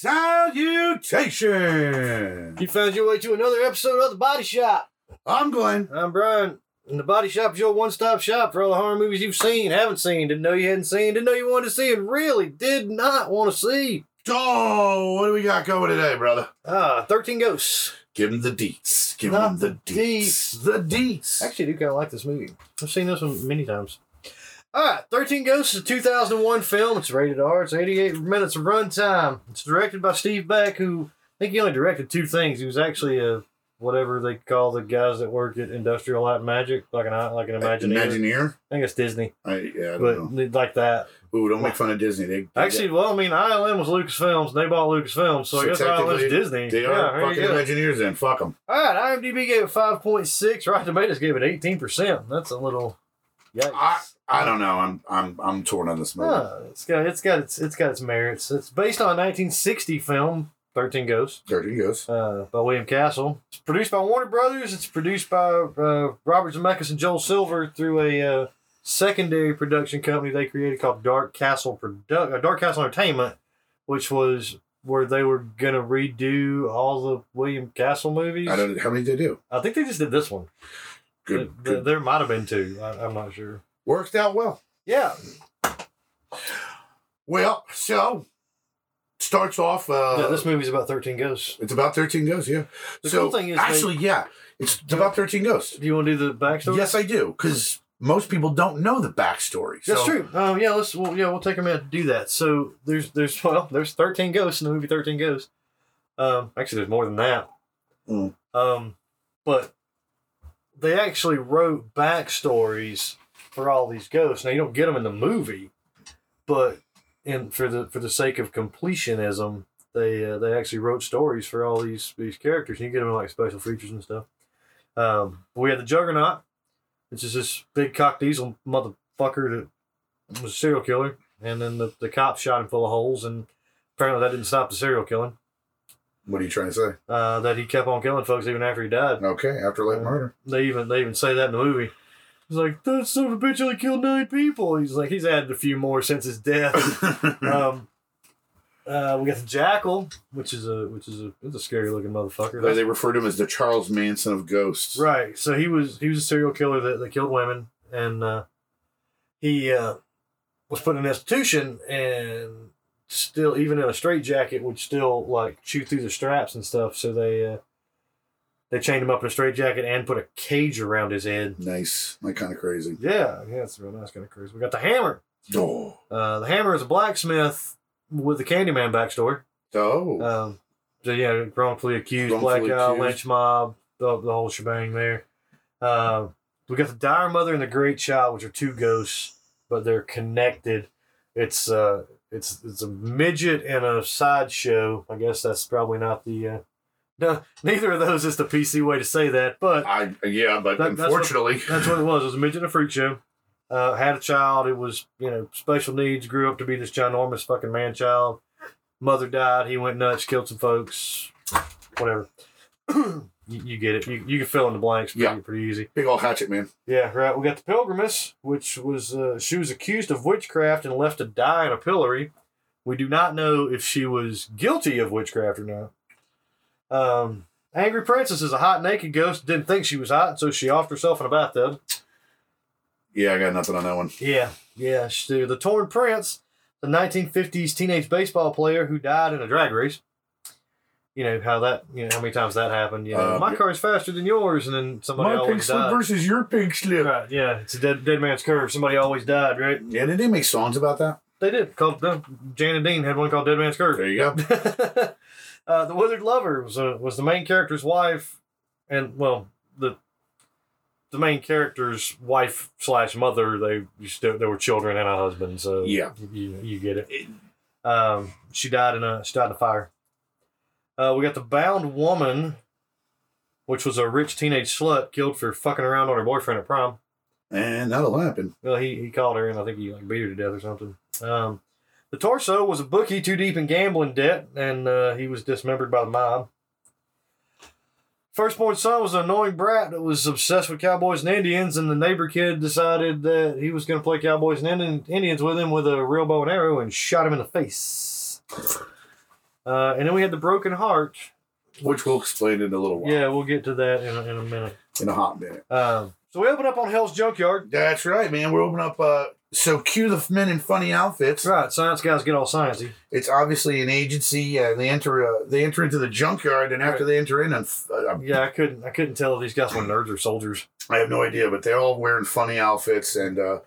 Salutation! You found your way to another episode of The Body Shop. I'm Glenn. I'm Brian, and The Body Shop is your one stop shop for all the horror movies you've seen, haven't seen, didn't know you hadn't seen, didn't know you wanted to see, and really did not want to see. Oh, what do we got going today, brother? Ah, 13 Ghosts. Give him the deets. Give Not him the the deets. The deets. Actually, I do kind of like this movie. I've seen this one many times. All right, 13 Ghosts is a 2001 film. It's rated R. It's 88 minutes of runtime. It's directed by Steve Beck, who I think he only directed two things. He was actually a whatever they call the guys that work at Industrial Light and Magic, like an like an Imagineer. Imagineer? I think it's Disney, I, yeah, I don't but they- like that. know. Ooh, don't make fun of Disney. They, they- Actually, well, I mean, ILM was Lucasfilms. They bought Lucasfilms, So so, I guess ILM's technically, Disney. they Yeah, are there you fucking go. Imagineers then. Fuck them. All right, IMDb gave it 5.6. Rotten Tomatoes gave it 18%. That's a little. Yikes. I, I don't know. I'm I'm I'm torn on this movie. No, it's got it's got its it's got its merits. It's based on a 1960 film, Thirteen Ghosts, There he goes. uh, by William Castle. It's produced by Warner Brothers. It's produced by uh, Robert Zemeckis and Joel Silver through a uh, secondary production company they created called Dark Castle Produ- uh, Dark Castle Entertainment, which was where they were gonna redo all the William Castle movies. I don't how many did they do? I think they just did this one. Good, There, good. there might have been two. I, I'm not sure. Worked out well. Yeah, Well, so starts off uh yeah, this movie's about Thirteen Ghosts. It's about 13 ghosts, yeah. The so cool thing is they- actually, yeah, it's Yeah. about 13 ghosts. Do you want to do the backstory? Yes, I do, because most people don't know the backstory. That's so true. Um, yeah, let's well, yeah, we'll take a minute to do that. So there's there's well, there's thirteen ghosts in the movie Thirteen Ghosts. Um, actually, there's more than that. Mm. Um, but they actually wrote backstories for all these ghosts. Now you don't get them in the movie, but in for the for the sake of completionism, they uh, they actually wrote stories for all these these characters. You get them in like special features and stuff. Um, we had the Juggernaut, which is this big cock diesel motherfucker that was a serial killer, and then the the cops shot him full of holes, and apparently that didn't stop the serial killing. What are you trying to say? Uh, that he kept on killing folks even after he died. Okay, afterlife Uh, murder. They even they even say that in the movie. He's like, that son of a bitch only killed nine people. He's like, he's added a few more since his death. um, uh, we got the jackal, which is a which is a it's a scary looking motherfucker. Uh, they refer to him as the Charles Manson of ghosts. Right. So he was he was a serial killer that, that killed women, and uh, he uh, was put in an institution, and still even in a straitjacket would still like chew through the straps and stuff. So they uh, they chained him up in a straitjacket and put a cage around his head. Nice. Like kind of crazy. Yeah, yeah, it's real nice kind of crazy. We got the hammer. Oh. Uh, the hammer is a blacksmith with the Candyman backstory. Oh. Um, so yeah, wrongfully accused, Wrongfully black guy, accused. lynch mob, the, the whole shebang there. Uh, we got the Dire Mother and the Great Child, which are two ghosts, but they're connected. It's uh, it's it's a midget and a sideshow. I guess that's probably not the. Uh, no, neither of those is the PC way to say that, but I yeah, but That- that's what- unfortunately, that's what it was. It was a midget and a freak show. Uh, had a child. It was, you know, special needs. Grew up to be this ginormous fucking man child. Mother died. He went nuts, killed some folks. Whatever. you, you get it. You, you can fill in the blanks pretty, Yeah. pretty easy. big old hatchet man. Yeah, right. We got the pilgrimess, which was, uh, she was accused of witchcraft and left to die in a pillory. We do not know if she was guilty of witchcraft or not. Um, Angry Princess is a hot naked ghost. Didn't think she was hot, so she offed herself in a bathtub. Yeah, I got nothing on that one. Yeah, yeah. Stu. The Torn Prince, the 1950s teenage baseball player who died in a drag race. You know how that, you know how many times that happened. You know, Uh, my yeah. car's faster than yours, and then somebody always died. versus your pink slip. Right, yeah, it's a dead, dead man's curve. Somebody always died, right? Yeah, did they make songs about that? They did. Called uh, Jan and Dean had one called Dead Man's Curve. There you go. uh, the Withered Lover was, uh, was the main character's wife, and well, the the main character's wife slash mother. They used to, there were children and a husband, so Yeah. you, you get it. Um, she died in a she died in a fire. Uh, we got the Bound Woman, which was a rich teenage slut killed for fucking around on her boyfriend at prom. And that'll happen. Well, he, he called her and I think he like beat her to death or something. Um, the torso was a bookie too deep in gambling debt, and uh, he was dismembered by the mob. Firstborn son was an annoying brat that was obsessed with cowboys and Indians, and the neighbor kid decided that he was going to play cowboys and Indian, Indians with him with a real bow and arrow and shot him in the face. Uh, and then we had the broken heart. which we'll explain in a little while. Yeah, we'll get to that in a, in a minute. In a hot minute. Um, so we open up on Hell's Junkyard. That's right, man. We're opening up. Uh, so cue the men in funny outfits. That's right. Science guys get all sciencey. It's obviously an agency. Uh, they enter. Uh, they enter into the junkyard, and after they enter in, i uh, Yeah, I couldn't. I couldn't tell if these guys were nerds or soldiers. I have no idea, but they're all wearing funny outfits, and uh,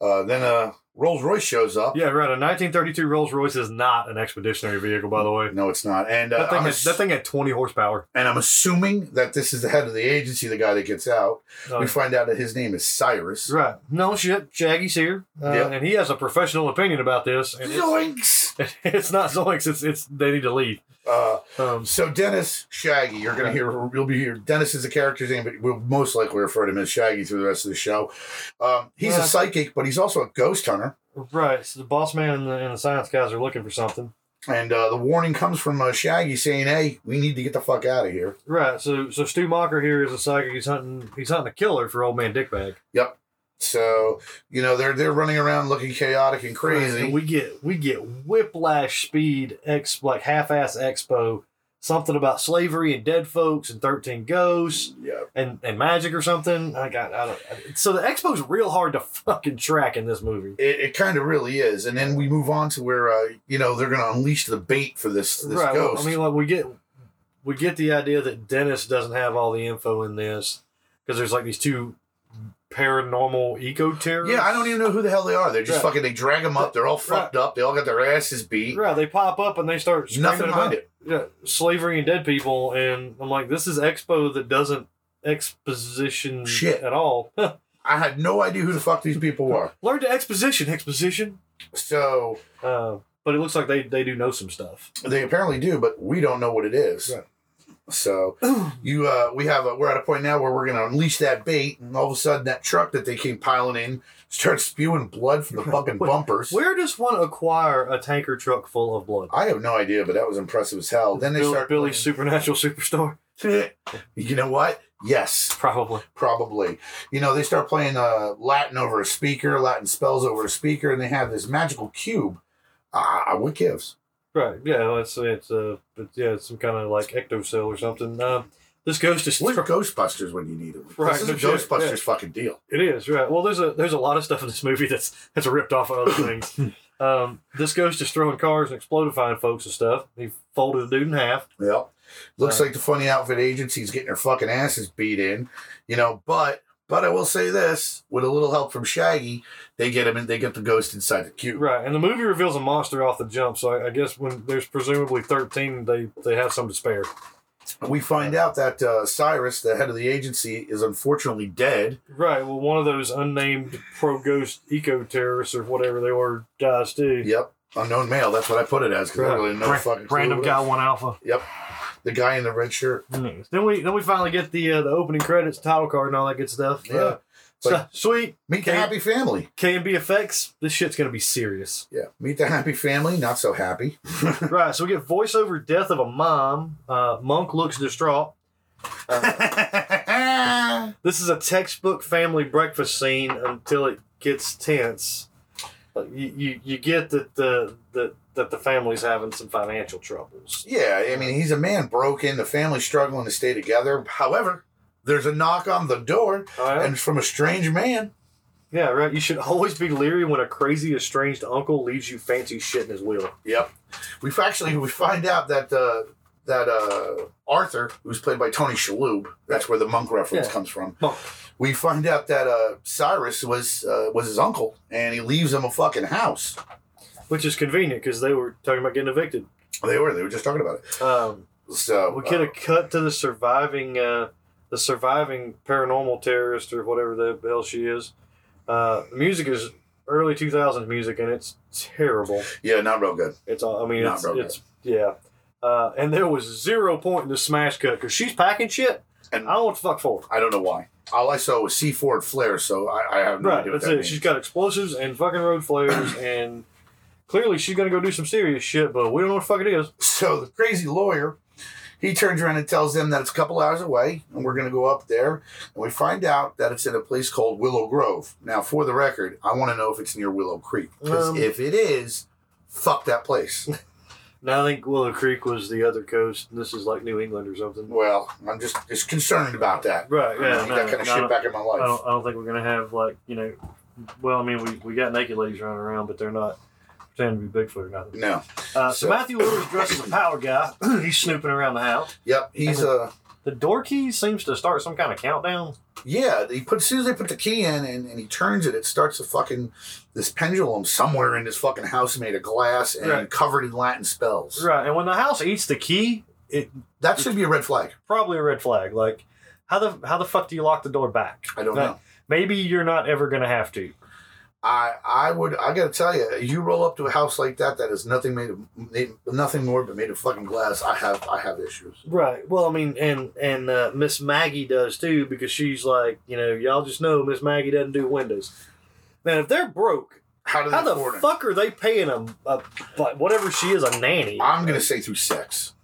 uh, then uh, Rolls Royce shows up. Yeah, right. A 1932 Rolls Royce is not an expeditionary vehicle, by the way. No, it's not. And uh, That thing, I'm had, ass- that thing had 20 horsepower. and I'm assuming that this is the head of the agency, the guy that gets out. Uh, we find out that his name is Cyrus. right. No shit. Shaggy's here, uh, Yeah. and he has a professional opinion about this. And it's, Zoinks! it's not Zoinks. It's it's they need to leave. Uh, Um, so Dennis Shaggy, you're gonna hear. You'll be here. Dennis is the character's name, but we'll most likely refer to him as Shaggy through the rest of the show. Um, he's a Yeah. psychic, but he's also a ghost hunter. right. So the boss man and the, and the science guys are looking for something. And uh, the warning comes from uh, Shaggy saying, "Hey, we need to get the fuck out of here." Right. So so Stu Mocker here is a psychic. He's hunting. He's hunting a killer for old man Dickbag. So you know they're they're running around looking chaotic and crazy. And we get we get whiplash speed ex like half ass expo. Something about slavery and dead folks and thirteen ghosts yeah, and, and magic or something. I got I don't. So the expo's real hard to fucking track in this movie. it, it kind of really is. And then we move on to where uh, you know they're gonna unleash the bait for this this right. well, ghost. I mean, like we get we get the idea that Dennis doesn't have all the info in this because there's like these two paranormal eco terrorists. yeah, I don't even know who the hell they are. They're just Right. fucking. They drag them up. They're all fucked up. They all got their asses beat. Right, they pop up and they start There's screaming e nothing about behind it. yeah, slavery and dead people, and I'm like, this is expo that doesn't exposition Shit. at all. I had no idea who the fuck these people were. Learn to exposition, exposition. So Uh, but it looks like they, they do know some stuff. they apparently do, but we don't know what it is. Right. So you, uh, we have a, we're at a point now where we're going to unleash that bait, and all of a sudden that truck that they came piling in starts spewing blood from the fucking Wait, bumpers. Where does one acquire a tanker truck full of blood? I have no idea, but that was impressive as hell. Then they Bill- start Billy's supernatural superstore, you know what? Yes, probably. probably. You know they start playing uh, Latin over a speaker, Latin spells over a speaker, and they have this magical cube. Ah, what gives? Right? Yeah, well, it's it's uh, it's, yeah, it's some kind of like ectocell or something. Um, this ghost is Where's Ghostbusters when you need it? Right, this is no a shit, Ghostbusters yeah. fucking deal. It is right. Well, there's a there's a lot of stuff in this movie that's that's ripped off of other things. Um, this ghost is throwing cars and explodifying folks and stuff. He folded the dude in half. Yep. Looks Right. like the funny outfit agency's getting their fucking asses beat in, you know. But but I will say this: with a little help from Shaggy, they get him and they get the ghost inside the cube. Right, and the movie reveals a monster off the jump. So I, I guess when there's presumably thirteen, they they have some to spare. We find out that uh, Cyrus, the head of the agency, is unfortunately dead. Right. Well, one of those unnamed pro ghost eco terrorists or whatever they were dies too. Yep. Unknown male. That's what I put it as because I Right. really didn't know Ra- fucking clue random who it guy was. one alpha. The guy in the red shirt. Then we then we finally get the uh, the opening credits, title card, and all that good stuff. Yeah. Uh, It's like- so- sweet Meet the Can't- happy family. K and B effects. This shit's gonna be serious. Yeah. Meet the happy family. Not so happy. Right, so we get voiceover death of a mom. Uh, Monk looks distraught. Uh, this is a textbook family breakfast scene until it gets tense. Uh, you, you, you get that the that, that the family's having some financial troubles. Yeah, I mean, he's a man broken, the family struggling to stay together. However, there's a knock on the door, All right? and it's from a strange man. yeah, right. You should always be leery when a crazy estranged uncle leaves you fancy shit in his will. Yep. We've actually we find out that uh, that uh, Arthur, who's played by Tony Shalhoub, that's where the monk reference Yeah. comes from. Monk. We find out that uh, Cyrus was uh, was his uncle, and he leaves him a fucking house. Which is convenient because they were talking about getting evicted. They were they were just talking about it. Um, So we get a cut to the surviving uh, the surviving paranormal terrorist or whatever the hell she is. Uh, the music is early 2000s music and it's terrible. uh, yeah, not real good. It's all I mean Not it's, real it's yeah. Uh, and there was zero point in the smash cut because she's packing shit And- and I don't know what the fuck for. I don't know why. All I saw was C Ford flare, so I, I have no Right, idea what that's that it. means. She's got explosives and fucking road flares and clearly she's gonna go do some serious shit, but we don't know what the fuck it is. So the crazy lawyer, he turns around and tells them that it's a couple hours away, and we're going to go up there. And we find out that it's in a place called Willow Grove. Now, for the record, I want to know if it's near Willow Creek because Um. if it is, fuck that place. No, I think Willow Creek was the other coast, and this is like New England or something. Well, I'm just just concerned about that. Right? I Yeah. need no, that kind no, of I shit don't- back in my life. I don't, I don't think we're gonna have like you know. Well, I mean, we, we got naked ladies running around, but they're not pretending to be Bigfoot or nothing. No. Uh, so So- Matthew Lewis dresses a power guy. He's snooping around the house. Yep. He's And uh The door key seems to start some kind of countdown. yeah. He put as soon as they put the key in and, and he turns it, it starts to fucking this pendulum somewhere in this fucking house made of glass and Right. covered in Latin spells. Right, and when the house eats the key, it That should be a red flag. probably a red flag. Like, how the how the fuck do you lock the door back? I don't Like, know. Maybe you're not ever gonna have to. I I would I gotta tell you, you roll up to a house like that that is nothing made of made- nothing more but made of fucking glass. I have I have issues. Right. Well, I mean, and and uh, Miss Maggie does too because she's like, you know, y'all just know Miss Maggie doesn't do windows. Man, if they're broke, How do they how the afford it? fuck are they paying a, a like, whatever she is a nanny? I'm gonna say through sex.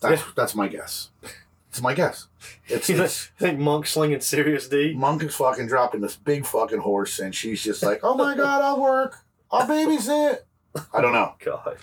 That's that's my guess. It's my guess. It's, You know, it's think monk slinging serious D. Monk is fucking dropping this big fucking horse, and she's just like, "Oh my god, I'll work. I'll babysit." I don't know. God.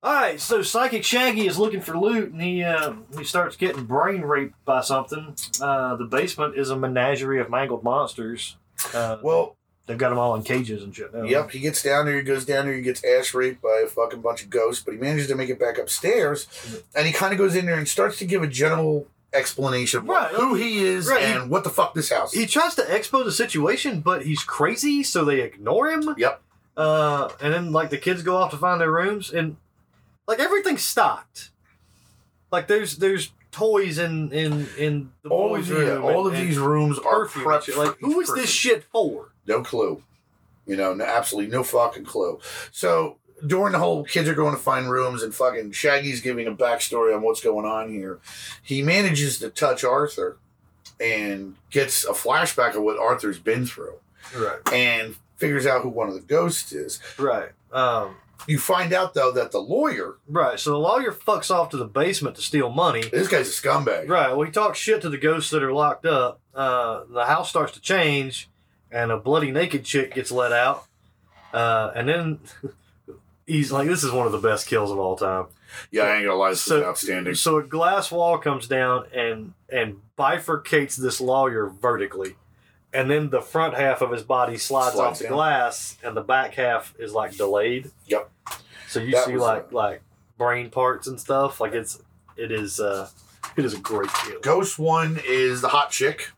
All right, so psychic Shaggy is looking for loot, and he uh, he starts getting brain raped by something. Uh, the basement is a menagerie of mangled monsters. Uh, Well, they've got them all in cages and shit. now. yep. He gets down there. He goes down there. He gets ass raped by a fucking bunch of ghosts, but he manages to make it back upstairs, and he kind of goes in there and starts to give a general explanation of what- Right. who he is Right. and what the fuck this house. he tries to expose the situation, but he's crazy, so they ignore him. Yep. Uh, and then like the kids go off to find their rooms, and like everything's stocked. Like there's there's toys in in in the all of, boys' the, room. all and- of and these rooms are perfume and prepped. shit. for Like who each is this person. shit for? No clue. You know, no, absolutely no fucking clue. So during the whole kids are going to find rooms and fucking Shaggy's giving a backstory on what's going on here, he manages to touch Arthur and gets a flashback of what Arthur's been through Right. and figures out who one of the ghosts is. Right. Um. You find out though that the lawyer, Right. So the lawyer fucks off to the basement to steal money. this guy's a scumbag. Right. Well, he talks shit to the ghosts that are locked up. Uh, the house starts to change, and a bloody naked chick gets let out. Uh, and then he's like, "This is one of the best kills of all time." Yeah, I ain't gonna lie, this So- is outstanding. So a glass wall comes down and and bifurcates this lawyer vertically, and then the front half of his body slides, Slides off the down. glass, and the back half is like delayed. Yep. So you That see was, like uh, like brain parts and stuff. Like it's it is uh it is a great kill. Ghost one is the hot chick.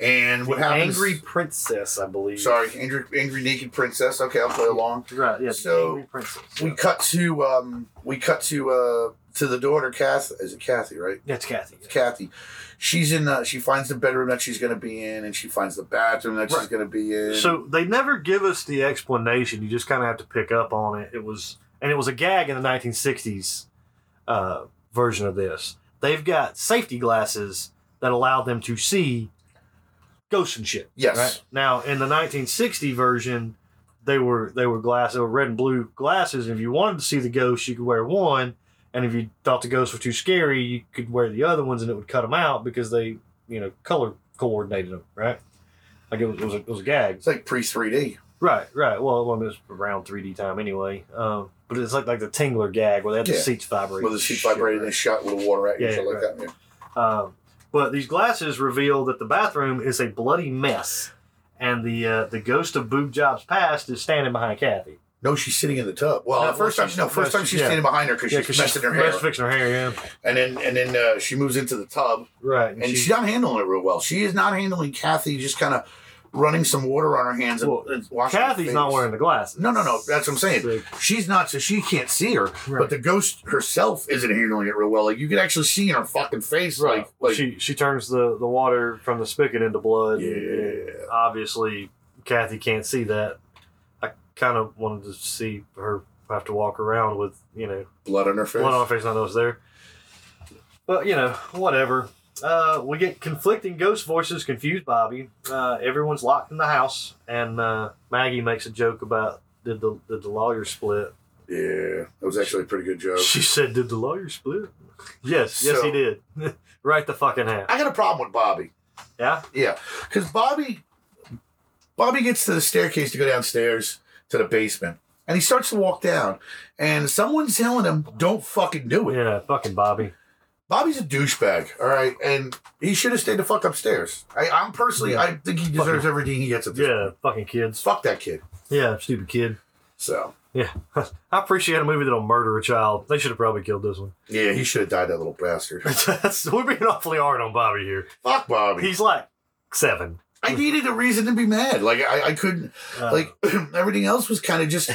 And what happens Angry Princess, I believe. Sorry, angry, angry naked princess. Okay, I'll play along. Right. Yeah. So, Angry Princess. We cut to um, we cut to uh, to the daughter Kath. Is it Kathy? Right, That's Kathy. it's Kathy. She's in. Uh, she finds the bedroom that she's going to be in, and she finds the bathroom that she's Right. going to be in. So they never give us the explanation. You just kind of have to pick up on it. It was and it was a gag in the 1960s uh, version of this. They've got safety glasses that allow them to see ghosts and shit. yes, Right? Now in the 1960 version, they were they were glass they were red and blue glasses. And if you wanted to see the ghost, you could wear one. And if you thought the ghosts were too scary, you could wear the other ones, and it would cut them out because they you know color coordinated them right. Like it was, it was, a, it was a gag. it's like pre three D. Right, right. Well, well, it was around 3D time anyway. Um, but it's like like the Tingler gag where they had the Yeah. seats vibrating. With the sheet Shit, vibrating and right. shot with water at you, Yeah, and shit like right. that. Yeah. Um, but these glasses reveal that the bathroom is a bloody mess, and the uh, the ghost of Boob Jobs past is standing behind Kathy. No, she's sitting in the tub. Well, No, first well, time, no, she's- first no, time she- she's yeah. standing behind her because Yeah, she's 'cause messing her hair, she's fixing her hair. Yeah, and then and then uh, she moves into the tub, right. and she's not handling it real well. She is not handling Kathy. Just kind of running some water on her hands and, Well, and washing her Kathy's not face. wearing the glasses. No, no, no. That's what I'm saying. So- She's not, so she can't see her. But Right. the ghost herself isn't handling it real well. Like you can actually see in her fucking face, Right. like, like she she turns the, the water from the spigot into blood. and- and Yeah. obviously, Kathy can't see that. I kind of wanted to see her have to walk around with you know blood on her face. blood on her face, not those there. But you know, whatever. Uh, we get conflicting ghost voices confuse Bobby. Uh, everyone's locked in the house, and uh, Maggie makes a joke about did the did the lawyer split. Yeah, that was actually a pretty good joke. She said, "Did the lawyer split?" Yes, yes, So- he did. right the fucking half. I got a problem with Bobby. Yeah. Yeah, because Bobby, Bobby gets to the staircase to go downstairs to the basement, and he starts to walk down, and someone's telling him, "Don't fucking do it." Yeah, fucking Bobby. Bobby's a douchebag, all right, and he should have stayed the fuck upstairs. I, I'm personally, I think he deserves everything he gets at this point. Yeah, fucking kids. Fuck that kid. Yeah, stupid kid. So Yeah, I appreciate a movie that'll murder a child. They should have probably killed this one. yeah, he should have died. That little bastard. That's, we're being awfully hard on Bobby here. fuck Bobby. He's like seven. I needed a reason to be mad. Like I, I couldn't. Uh, Like everything else was kind of just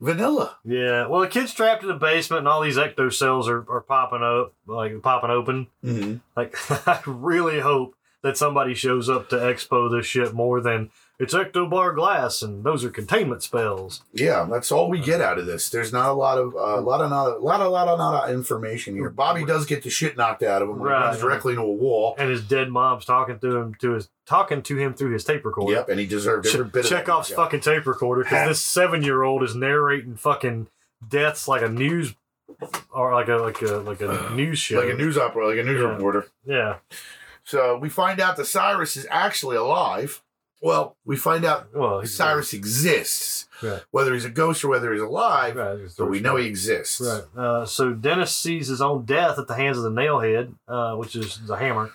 vanilla. yeah. Well, the kid's trapped in the basement, and all these ecto cells are, are popping up, like popping open. Mm-hmm. Like, I really hope that somebody shows up to expo this shit more than it's ectobar glass, and those are containment spells. Yeah, that's all we get out of this. There's not a lot of uh, a lot of not a lot of lot of not of information here. Bobby does get the shit knocked out of him. when He Right. runs directly into a wall. And his dead mom's talking to him to his talking to him through his tape recorder. Yep, and he deserved every Che- bit of that. Chekhov's Yeah. fucking tape recorder because Ha- this seven year old is narrating fucking deaths like a news or like a like a like a news show. like a news opera, like a news Yeah. reporter. yeah. So we find out that Cyrus is actually alive. Well, we find out Well, he's- Cyrus exists, Right. whether he's a ghost or whether he's alive. Right, he's- But we know he exists. Right. Uh, so Dennis sees his own death at the hands of the nailhead, uh, which is the hammer.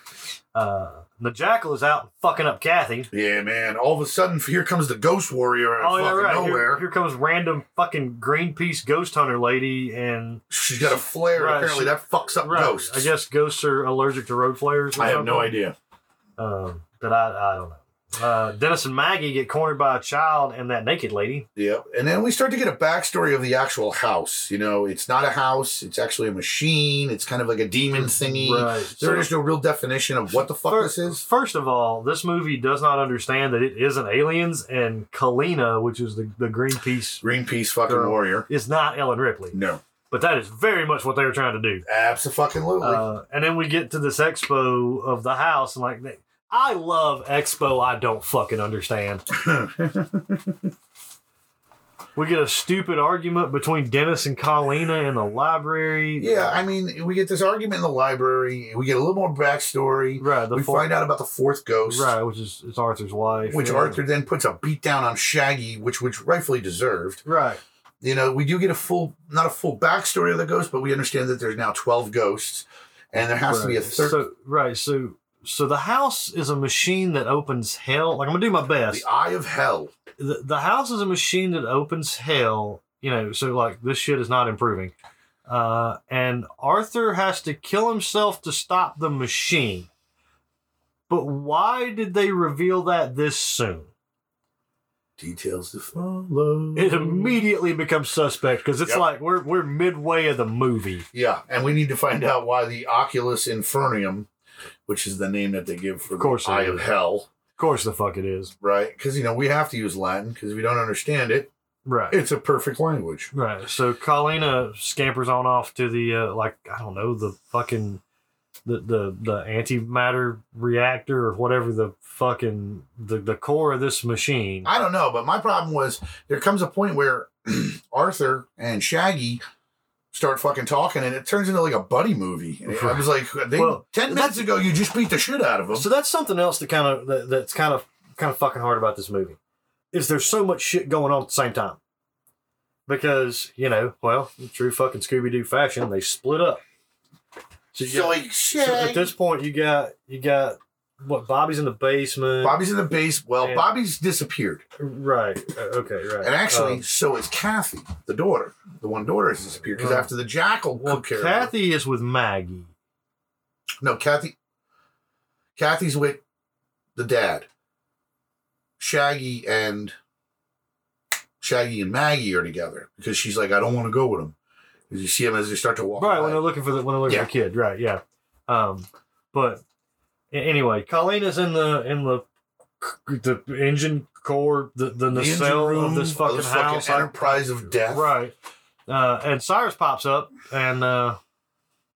Uh, the jackal is out fucking up Kathy. Yeah, man. All of a sudden, here comes the ghost warrior out of Oh yeah, fucking right. nowhere. Here, here comes random fucking Greenpeace ghost hunter lady, and She's got a flare. Right, Apparently, she- that fucks up right, ghosts. I guess ghosts are allergic to road flares. or I have no something. idea. Um, but I, I don't know. Uh, Dennis and Maggie get cornered by a child and that naked lady. Yep. And then we start to get a backstory of the actual house. You know, it's not a house. It's actually a machine. It's kind of like a demon thingy. So There is no real definition of what the fuck fir- this is. First of all, this movie does not understand that it isn't aliens, and Kalina, which is the, the Greenpeace, Greenpeace fucking Girl. warrior. is not Ellen Ripley. No. But that is very much what they were trying to do. Absolutely. Uh, and then we get to this expo of the house, and like, they- I love expo. I don't fucking understand. we get a stupid argument between Dennis and Kalina in the library. yeah, I mean, we get this argument in the library. We get a little more backstory. Right. The we four- find out about the fourth ghost. Right, which is it's Arthur's wife. Which yeah. Arthur then puts a beat down on Shaggy, which which rightfully deserved. Right. you know, we do get a full, not a full backstory of the ghost, but we understand that there's now 12 ghosts and there has to be a right. third. So right, so so the house is a machine that opens hell. Like I'm gonna do my best. the Eye of Hell. The, the house is a machine that opens hell. You know, so like this shit is not improving. Uh, and Arthur has to kill himself to stop the machine. But why did they reveal that this soon? Details to follow. It immediately becomes suspect because it's Mm. Yep. like we're we're midway of the movie. yeah, and we need to find out why the Oculus Infernium, which is the name that they give for Of course the it Eye of is. Hell, Of course, the fuck it is. right? Because, you know, we have to use Latin because if we don't understand it, Right. it's a perfect language. Right. So Colina scampers on off to the uh, like I don't know the fucking the the the antimatter reactor or whatever the fucking the the core of this machine. I don't know, but my problem was there comes a point where Arthur and Shaggy start fucking talking, and it turns into like a buddy movie. And I was like, they, Well, ten that's- minutes ago, you just beat the shit out of them. So that's something else that kind of that, that's kind of kind of fucking hard about this movie is there's so much shit going on at the same time because you know well in true fucking Scooby Doo fashion they split up. So, you got- like, so at Shaggy. this point you got you got what Bobby's in the basement. Bobby's in the base. Well, Yeah. Bobby's disappeared, Right. Uh, Okay. Right. and actually, Um, so is Kathy, the daughter. The one daughter has disappeared because Oh. after the jackal well, took care of her- Kathy is with Maggie. No, Kathy. Kathy's with the dad. Shaggy and Shaggy and Maggie are together because she's like, I don't want to go with him. 'Cause you see him as they start to walk. Right. away. When they're looking for the when they're looking for the kid. Right. Yeah. Um. But a- anyway, Colleen is in the in the c- the engine core the the, The engine nacelle room of this fucking house. enterprise of death. Right. Uh, and Cyrus pops up and uh,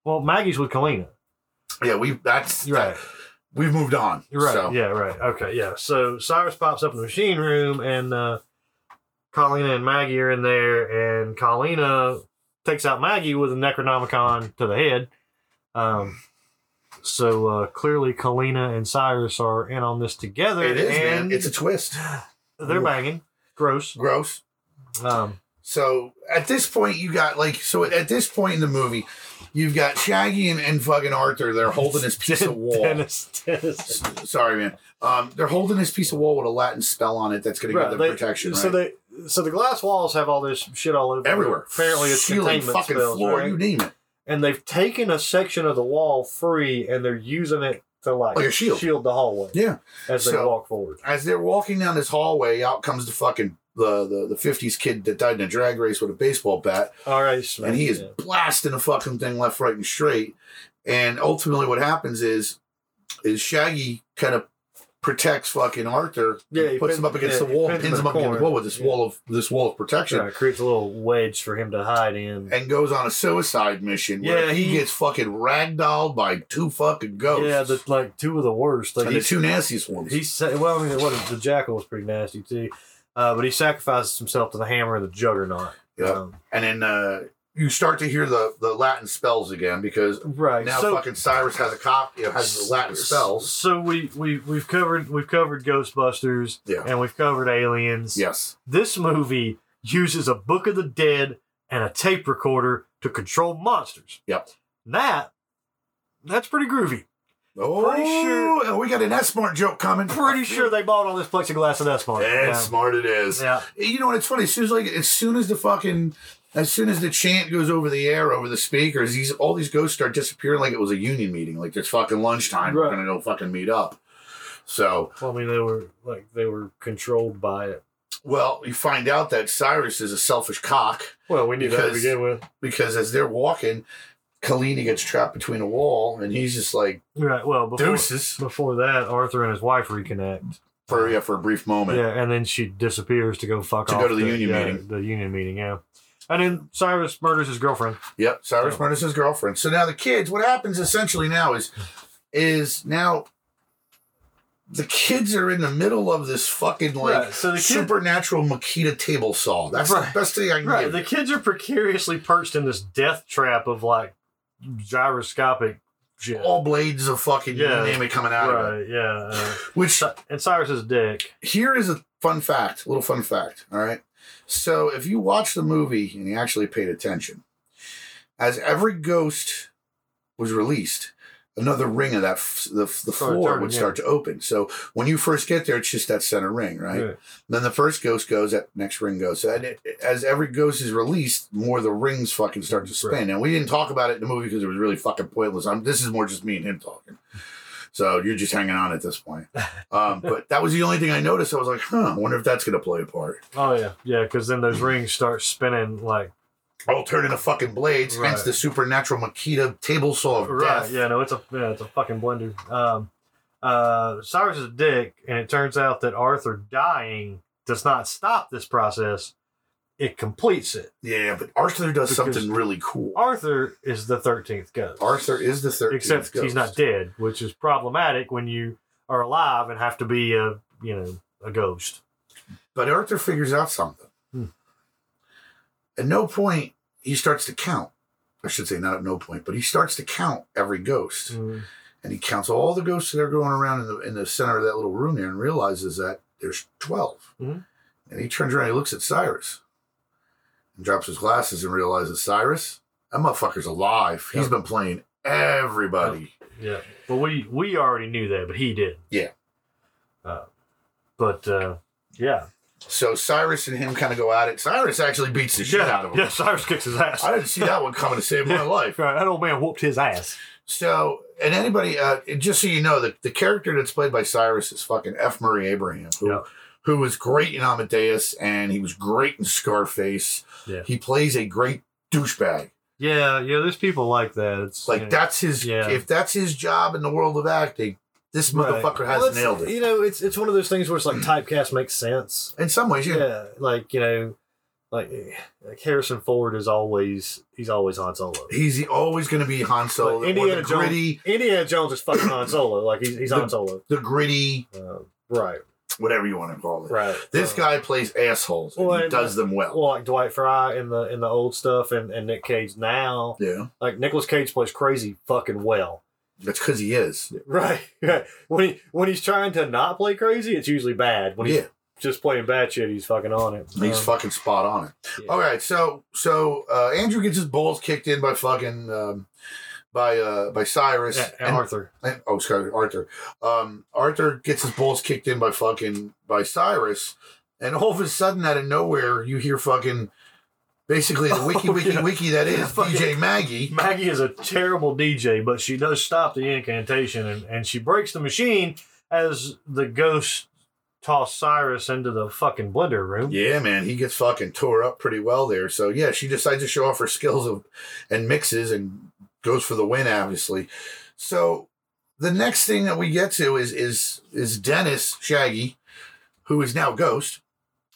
well Maggie's with Colleen. Yeah, we that's Right. We've moved on. Right. So. Yeah. Right. Okay. Yeah. So Cyrus pops up in the machine room, and uh, Colina and Maggie are in there, and Colina takes out Maggie with a Necronomicon to the head. Um. So uh, clearly, Colina and Cyrus are in on this together, It is, and man. It's a twist. they're banging. Gross. Gross. Um, So at this point, you got like so at this point in the movie, you've got Shaggy and, and fucking Arthur. They're holding this piece of wall. Dennis, Dennis. S- Sorry, man. Um, they're holding this piece of wall with a Latin spell on it that's going to Right, give they- them protection. So right? they so the glass walls have all this shit all over everywhere, Apparently, it's ceiling, containment fucking spells, floor, right? you name it. and they've taken a section of the wall free, and they're using it to like, Like a shield. the hallway Yeah. as they So- walk forward. As they're walking down this hallway, out comes the fucking the the the fifties kid that died in a drag race with a baseball bat. All right, so, and he is yeah. blasting the fucking thing left, right, and straight. And ultimately, what happens is, is Shaggy kind of protects fucking Arthur. Yeah, he puts pin- him up against yeah, the wall, he pins pins, him in him the up against the corner. wall with this Yeah. wall of this wall of protection, Trying to create a little wedge for him to hide in. and goes on a suicide mission. where Yeah, he, he- gets fucking ragdolled by two fucking ghosts. Yeah, the, like two of the worst. Like and the he's, two nastiest ones. he's sa- well, I mean, what is, the jackal was pretty nasty too, uh, but he sacrifices himself to the hammer and the juggernaut. Yeah. Um, and then uh, you start to hear the the Latin spells again because. right. Now so, fucking Cyrus has a cop, you know, has the Latin spells. So we we we've covered we've covered Ghostbusters Yeah. and we've covered aliens. Yes. This movie uses a Book of the Dead and a tape recorder to control monsters. Yep. That that's pretty groovy. Oh, sure- and we got an S-Smart joke coming. Pretty sure they bought all this plexiglass and that's money. Yeah, smart it is. yeah. You know what? It's funny. As soon as like, as soon as the fucking, as soon as the chant goes over the air over the speakers, these all these ghosts start disappearing like it was a union meeting. Like it's fucking lunchtime. We're Right. gonna go fucking meet up. So, Well, I mean, they were like they were controlled by it. well, you find out that Cyrus is a selfish cock Well, we knew that to Because- begin with. because as they're walking, Kalina gets trapped between a wall, and he's just like Right. Well, before deuces before that, Arthur and his wife reconnect. for yeah for a brief moment. Yeah, and then she disappears to go fuck To off go to the union yeah, meeting. The union meeting, yeah. And then Cyrus murders his girlfriend. Yep, Cyrus So- murders his girlfriend. So now the kids, what happens essentially now is is now the kids are in the middle of this fucking like Right, so the kid- supernatural Makita table saw. That's Right. the best thing I can Right. give. The kids are precariously perched in this death trap of like gyroscopic shit. you. All blades of fucking you Oh, Yeah. name it coming out of it. right. Yeah. uh, Which Cy- and Cyrus's dick. here is a fun fact, a little fun fact. All right. So if you watch the movie and you actually paid attention, as every ghost was released, another ring of that f- the, the floor turning, would yeah. start to open. So when you first get there, it's just that center ring, right? Yeah. Then the first ghost goes, that next ring goes. And it, as every ghost is released, more the rings fucking start to spin. Right. And we didn't talk about it in the movie because it was really fucking pointless. I'm, this is more just me and him talking. So you're just hanging on at this point. Um, but that was the only thing I noticed. I was like, huh, I wonder if that's going to play a part. Oh yeah, yeah. Because then those rings start spinning like I'll turn into fucking blades, hence Right. the supernatural Makita table saw of right. death. Yeah, no, it's a yeah, it's a fucking blender. Um, uh, Cyrus's dick, and it turns out that Arthur dying does not stop this process; it completes it. Yeah, but Arthur does Because- something really cool. Arthur is the thirteenth ghost. Arthur is the 13th except ghost. he's not dead, which is problematic when you are alive and have to be a you know a ghost. But Arthur figures out something. Hmm. At no point he starts to count. I should say not at no point, but he starts to count every Hmm. ghost, Mm. and he counts all the ghosts that are going around in the in the center of that little room there, and realizes that there's 12 Mhm. And he turns around, and he looks at Cyrus, and drops his glasses, and realizes Cyrus, that motherfucker's alive. He's Yeah. been playing everybody. Yeah. Well, we we already knew that, but he did. Yeah. Uh, but uh, yeah, So Cyrus and him kind of go at it. Cyrus actually beats the shit yeah, out of him. yeah. Cyrus kicks his ass. I didn't see that one coming to save my Yeah. life. Right, that old man whooped his ass. So, and anybody, uh, and just so you know, the, the character that's played by Cyrus is fucking F. Murray Abraham, who, Yeah. who was great in Amadeus and he was great in Scarface. Yeah. He plays a great douchebag. Yeah, yeah. There's people like that. It's Like, that's his, Yeah. if that's his job in the world of acting, this motherfucker has nailed it. You know, it's it's one of those things where it's like typecast makes sense. In some ways, yeah. Yeah, like you know, like, eh, like Harrison Ford is always he's always Han Solo. He's the- always going to be Han Solo. or Like, the Indiana Jones- gritty, Indiana Jones is fucking Han Solo. Like he's he's Han The- Solo. the gritty, Uh, right, whatever you want to call it. right. This Uh, guy plays assholes. and well, he and- does them well. Well, like Dwight Fry in the in the old stuff, and, and Nick Cage now. yeah. Like Nicolas Cage plays crazy fucking well. That's because he is. Right, right. When he when he's trying to not play crazy, it's usually bad. When he's Yeah. just playing bad shit, he's fucking on it. He's Um, fucking spot on it. yeah. All right, so so uh, Andrew gets his balls kicked in by fucking um, by uh, by Cyrus And- and Arthur. and- oh sorry Arthur. Um, Arthur gets his balls kicked in by fucking by Cyrus, and all of a sudden out of nowhere you hear fucking basically the wiki Oh, wiki yeah. wiki that is Fucking- DJ Maggie. Maggie is a terrible DJ, but she does stop the incantation and, and she breaks the machine as the ghost tossed Cyrus into the fucking blender room. Yeah, man, he gets fucking tore up pretty well there. So yeah, she decides to show off her skills of and mixes and goes for the win, obviously. So the next thing that we get to is is is Dennis Shaggy, who is now a ghost.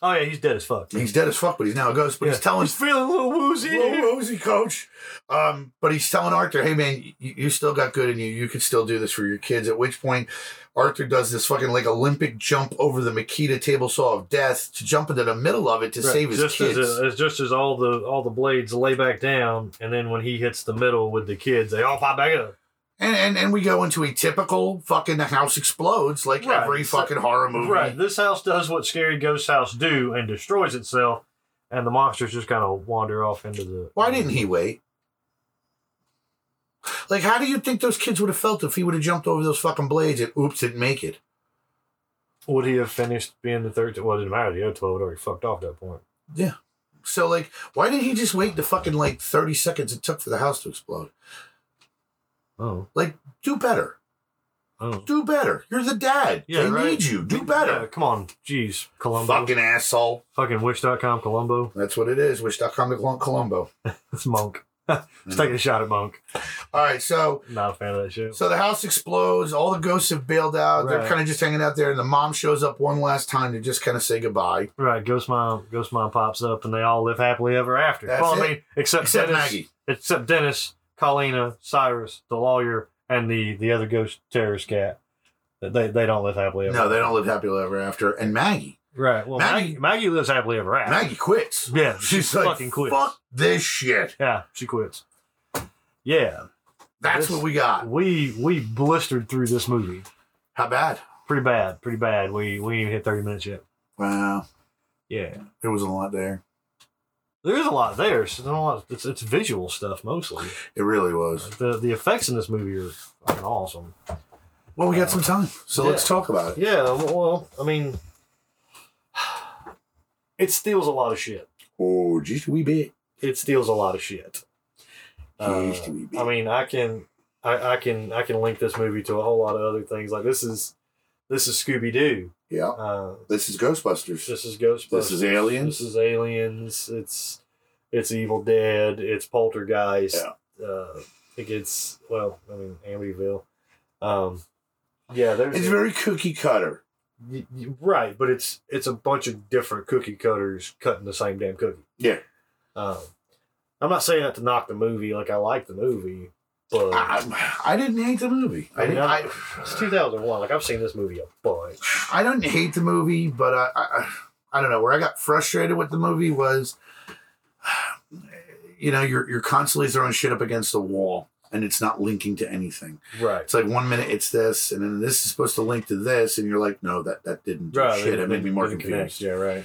Oh yeah, he's dead as fuck. He's dead as fuck, but he's now a ghost. But he's Yeah. telling He's feeling a little woozy. in here. Whoa, Rosie, coach. Um, but he's telling Arthur, hey, man, you, you still got good in you. You could still do this for your kids. At which point, Arthur does this fucking like Olympic jump over the Makita table saw of death to jump into the middle of it to Right. save his just kids. As, as just as all the all the blades lay back down, and then when he hits the middle with the kids, they all pop back up. and, and and we go into a typical fucking the house explodes like Right. every So- fucking horror movie. Right. This house does what scary ghost house do and destroys itself, and the monsters just kind of wander off into the. Why didn't he wait? Like, how do you think those kids would have felt if he would have jumped over those fucking blades and oops, didn't make it? Would he have finished being the third? Well, it didn't matter. The other twelve had already fucked off at that point. So like, why didn't he just wait the fucking like thirty seconds it took for the house to explode? Oh, Do better. oh. Do better. You're the dad. Yeah, they right. need you. Do Yeah, better. come on, jeez, Columbo. Fucking asshole. Fucking Wish.com, Columbo. That's what it is. Wish.com to Colum- Columbo. It's Monk. Just taking a shot at Monk. All right, so Not a fan of that shit. so the house explodes. All the ghosts have bailed out. They're Right. kind of just hanging out there, and the mom shows up one last time to just kind of say goodbye. Right, Ghost Mom. Ghost Mom pops up, and they all live happily ever after. That's well, it. I mean, except, Except Dennis, Maggie. except Dennis, Colina, Cyrus, the lawyer, and the the other ghost terrorist cat. They they don't live happily ever. No, they don't live happily ever after. And Maggie, Right. Well, Maggie- Maggie, Maggie, lives happily ever after. Maggie quits. Yeah, she She's like, fucking quits. fuck this shit. Yeah, she quits. Yeah, That's This- what we got. we we blistered through this movie How bad? pretty bad, pretty bad. We we ain't even hit thirty minutes yet. Wow, Yeah, there was a lot there. there is a lot there. So there's a lot. It's it's visual stuff mostly. It really was. Like, the the effects in this movie are fucking awesome. Well, we got some time, so Yeah. let's talk about it. Yeah. Well, I mean, it steals a lot of shit. Oh, just a wee bit. It steals a lot of shit. Uh, Just a wee bit. I mean, I can, I, I can, I can link this movie to a whole lot of other things. Like this is, this is Scooby Doo. yeah, Uh, this is Ghostbusters. this is Ghostbusters. This is Aliens. This is Aliens. It's, it's Evil Dead. It's Poltergeist. Uh, it gets well. I mean, Amityville. Um, yeah, there's It's very cookie cutter. y- y- right, but it's it's a bunch of different cookie cutters cutting the same damn cookie. Yeah. Um, I'm not saying that to knock the movie. Like I like the movie, but. Ah. I, I didn't hate the movie. I didn't. I, It's 2001. Like I've seen this movie a bunch. I don't hate the movie, but I, I, I don't know where I got frustrated with the movie was, you know, you're you're constantly throwing shit up against the wall and it's not linking to anything. Right. It's like one minute it's this, and then this is supposed to link to this, and you're like, no, that that didn't do Right. shit. It made me more Didn't connect. confused. Yeah. Right.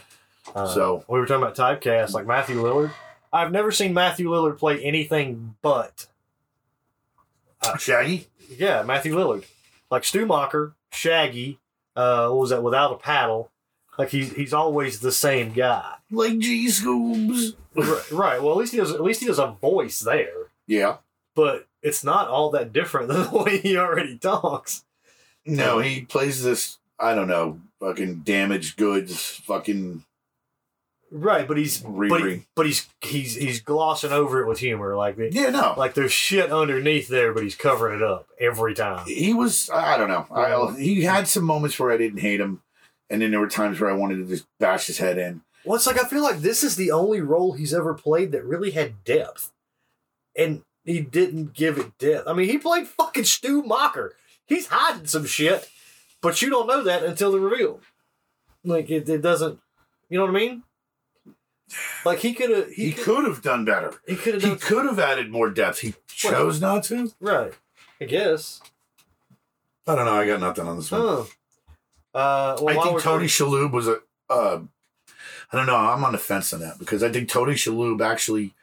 Uh, So- we were talking about typecast, like Matthew Lillard. I've never seen Matthew Lillard play anything but Ah, Shaggy, yeah, Matthew Lillard, like Stumacher, Shaggy. Uh, what was that? Without a paddle. Like he's he's always the same guy. like G Scoobs. right, right. Well, at least he has at least he has a voice there, Yeah. but it's not all that different than the way he already talks. No, he plays this. I don't know, fucking damaged goods, fucking Right, but he's but, Riri. he, but he's he's he's glossing over it with humor, like the, yeah, no. like there's shit underneath there, but he's covering it up every time. he was I I don't know. I, he had some moments where I didn't hate him, and then there were times where I wanted to just bash his head in. Well, it's like I feel like this is the only role he's ever played that really had depth, and he didn't give it depth. I mean, he played fucking Stu Mocker. He's hiding some shit, but you don't know that until the reveal. Like it, it doesn't, you know what I mean? Like he could have, He he could, could have done better. he could have He done could have added more depth. He chose not to. right. I guess. I don't know. I got nothing on this one. Huh. Uh, well, Hmm. I while think we're Tony Shalhoub was a, uh, I don't know. I'm on the fence on that because I think Tony Shalhoub actually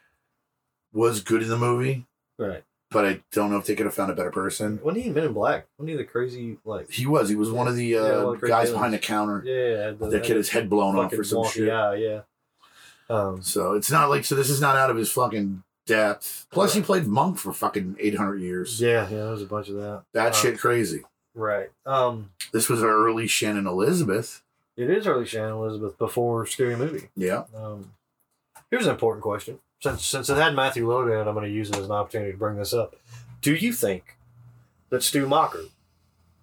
was good in the movie, Right. but I don't know if they could have found a better person. Wasn't he in Men in Black? Wasn't he the crazy like? He was. He was one of the uh, Yeah, well, great guys villains. behind the counter Yeah. The, that get his head blown off fucking or some wonky shit. eye, yeah. Um, So it's not like so. This is not out of his fucking depth. Plus, he played monk for fucking 800 years. yeah. Yeah. There's a bunch of that. That Uh, shit crazy. Right. Um, This was early Shannon Elizabeth. it is early Shannon Elizabeth before Scary Movie. Yeah. Um, here's an important question. Since since it had Matthew Lode in it, I'm going to use it as an opportunity to bring this up. Do you think that Stu Mocker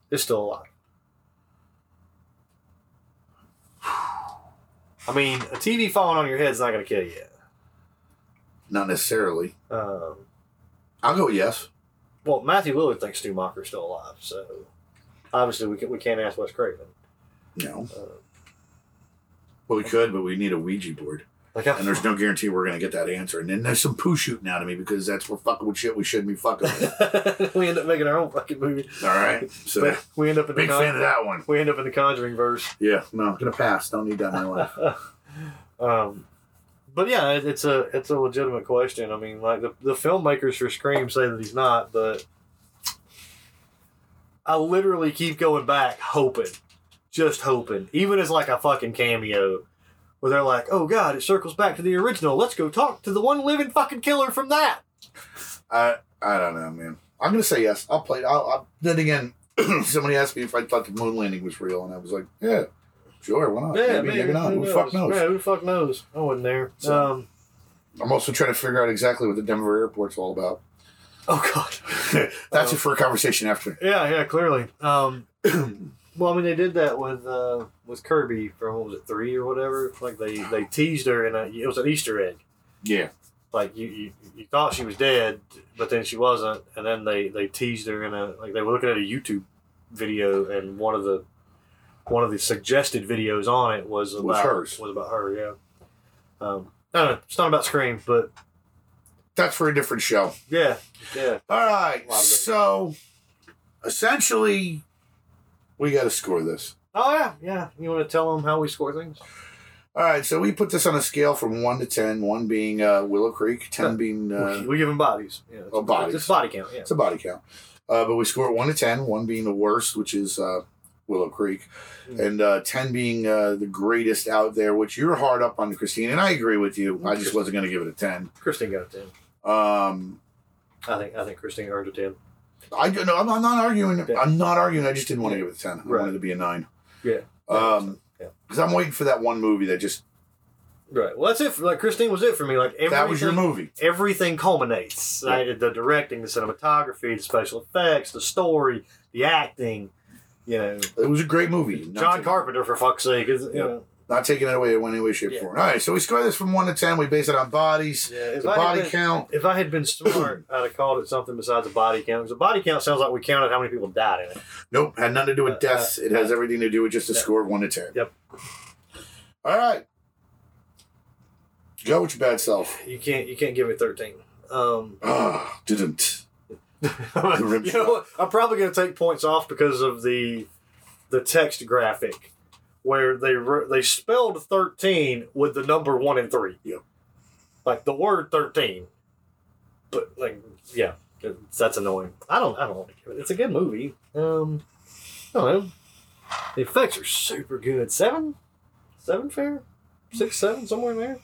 is still alive? I mean, a TV falling on your head's not going to kill you. Not necessarily. Um, I'll go yes. well, Matthew Lillard thinks Stu Mocker's still alive, so obviously we, can, we can't ask Wes Craven. No. Uh, Well, we could, but we need a Ouija board. like I, And there's no guarantee we're going to get that answer. And then there's some poo shooting out of me because that's what fucking with shit we shouldn't be fucking with. we end up making our own fucking movie. All right. So, But we end up in the big Con- fan of that one. we end up in the Conjuring verse. Yeah. No, I'm going to pass. Don't need that in my life. um, but yeah, it, it's a it's a legitimate question. I mean, like the, the filmmakers for Scream say that he's not, but I literally keep going back, hoping, just hoping, even as like a fucking cameo, where they're like, "Oh God, it circles back to the original. Let's go talk to the one living fucking killer from that." I I don't know, man. I'm gonna say yes. I'll play. I'll, I'll then again. somebody asked me if I thought the moon landing was real, and I was like, yeah, sure, why not? maybe, maybe, not. Who, the fuck knows? Yeah, who the fuck knows? I wasn't there. So- um, I'm also trying to figure out exactly what the Denver airport's all about. oh God. That's it for a conversation after. Yeah, yeah, clearly. Um, well, I mean, they did that with uh, with Kirby from what was it three or whatever. Like they they teased her and uh, it was an Easter egg. Yeah, Like you, you you thought she was dead, but then she wasn't, and then they they teased her in a like they were looking at a YouTube video and one of the one of the suggested videos on it was Was about hers. was about her. Yeah. Um, I don't know. It's not about Scream, but that's for a different show. yeah, yeah. All right, A lot of it. so essentially, we got to score this. Oh yeah, yeah. You want to tell them how we score things? All right, so we put this on a scale from one to ten. One being uh, Willow Creek, ten being uh, we give them bodies. Yeah, it's- Oh, bodies. It's body count. Yeah. It's a body count. Uh, but we score it 1 to 10, 1 being the worst, which is uh, Willow Creek, Mm. and uh, 10 being uh, the greatest out there, which you're hard up on, Christine. And I agree with you. I just wasn't going to give it a 10. Christine got a ten. Um, I think I think Christine earned a ten. I don't know. I'm, I'm not arguing. Yeah. I'm not arguing. I just didn't want to give it a 10. I Right. wanted it to be a 9. Yeah. Because Yeah. I'm waiting for that one movie that just, Right. Well, that's it. For, like Christine was it for me. Like everything, that was your movie. everything culminates. Right? The directing, the cinematography, the special effects, the story, the acting. You know, It was a great movie. Not John taking- Carpenter for fuck's sake. Is, Yeah. you know, Not taking it away in any way, shape, Yeah. or form. All right, so we score this from 1 to 10. We base it on bodies, yeah, if the I had body been- count. If I had been smart, I'd have called it something besides a body count. Because a body count sounds like we counted how many people died in it. Nope, had nothing to do with Uh, deaths. it has everything to do with just a yeah. score of one to ten. Yep. All right. Go with your bad self. You can't. You can't give it thirteen. Um, Ah, didn't. you rim know, what? I'm probably going to take points off because of the the text graphic where they wrote- they spelled 13 with the number 1 and 3. Yep. Like the word 13. But like yeah, it- that's annoying. I don't I don't want to give it. It's a good movie. Um I don't know. The effects are super good. 7 7 fair? 6 7 somewhere in there.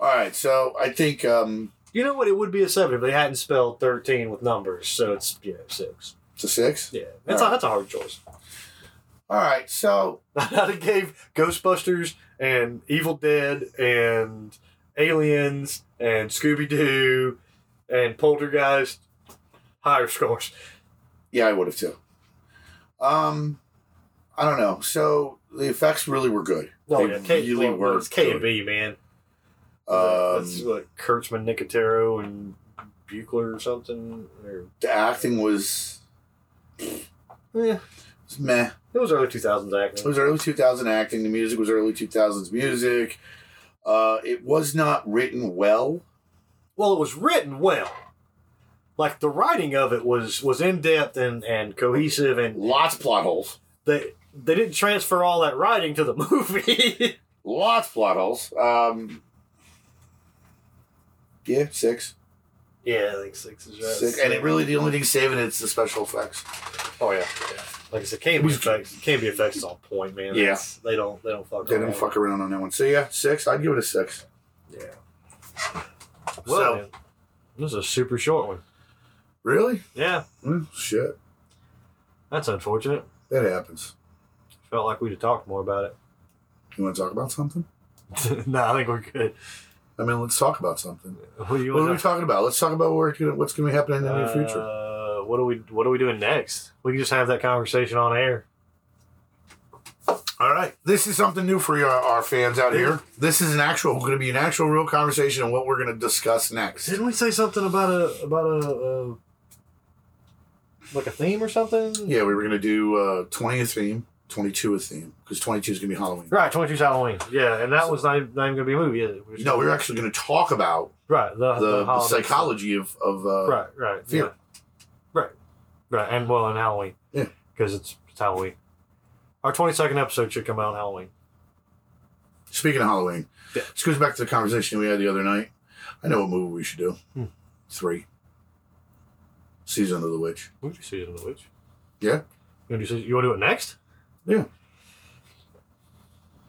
All right, so I think um, You know what? It would be a seven if they hadn't spelled thirteen with numbers, so it's you know six. it's a six. Yeah, that's a, Alright. that's a hard choice. All right, so I gave Ghostbusters and Evil Dead and Aliens and Scooby Doo and Poltergeist higher scores. yeah, I would have too. Um, I don't know. So the effects really were good. they really well, were. It's K and good. B, man. Um, that's what Kurtzman, Nicotero, and Buchler or something. Or the acting was, eh, was meh. it was early two thousands It acting. was early 2000 acting. The music was early 2000s music. Uh, it was not written well. Well, it was written well. Like the writing of it was was in depth and and cohesive and Lots of plot holes. they they didn't transfer all that writing to the movie. Lots of plot holes. Um, yeah, six. yeah, I think six is right. six. And it really, the only thing saving it's the special effects. Oh yeah, yeah. Like I said, can be We- effects. Can be effects is on point, man. Yeah. It's- they don't. They don't fuck. They didn't around. fuck around on that one. So yeah, six. I'd give it a six. Yeah. Well, Well- man, this is a super short one. Really? Yeah, Mm, shit, that's unfortunate. that happens. Felt like we'd have talked more about You want to talk about something? it. no, I think we're good. I mean, let's talk about something. What do you What are we want? talking about? Let's talk about where, what's going to be happening in the near future. Uh, what are we? What are we doing next? We can just have that conversation on air. All right. This is something new for our, our fans out here. This is an actual, going to be an actual real conversation on what we're going to discuss next. Didn't we say something about a about a, uh like a theme or something? Yeah, we were going to do uh, 20 a theme, 22 a theme, because 22 is going to be Halloween. Right, 22's Halloween. Yeah, and that was not, even- not even going to be a movie, is it? We're just No, we gonna- were actually going to talk about right. The, the, the, the, holiday stuff. psychology of, of uh, Right, right. fear. yeah. Right, right, and well, on Halloween. Yeah. because it's, it's Halloween. Our 22nd episode should come out on Halloween. Speaking of Halloween, Yeah. this goes back to the conversation we had the other night. I know what movie we should do. Hmm. Three. Season of the Witch. We do season of the witch. Yeah. You want to do, you wanna do it next? Yeah.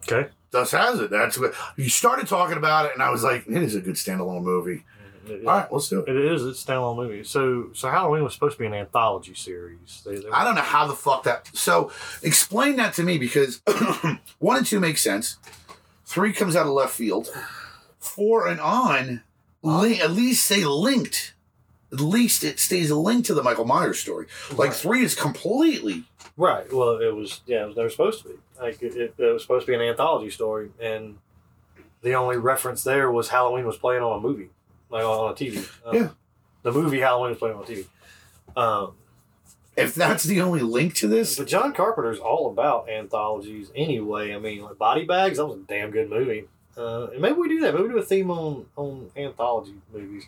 Okay. Thus has it. That's what you started talking about it, and I was like, it is a good standalone movie. All right, let's do it. It is. It's a standalone movie. So, so Halloween was supposed to be an anthology series. They, they I don't know how the fuck that. So explain that to me because one and two make sense. Three comes out of left field. Four and on, li- at least they linked. At least it stays linked to the Michael Myers story. Like Right. three is completely Right. Well, it was. Yeah, it was never supposed to be. Like it, it, it was supposed to be an anthology story, and the only reference there was Halloween was playing on a movie, like on a TV. Um, Yeah. The movie Halloween was playing on TV. Um, If that's the only link to this, but John Carpenter's all about anthologies anyway. I mean, like Body Bags, that was a damn good movie. Uh, and maybe we do that. Maybe we do a theme on on anthology movies,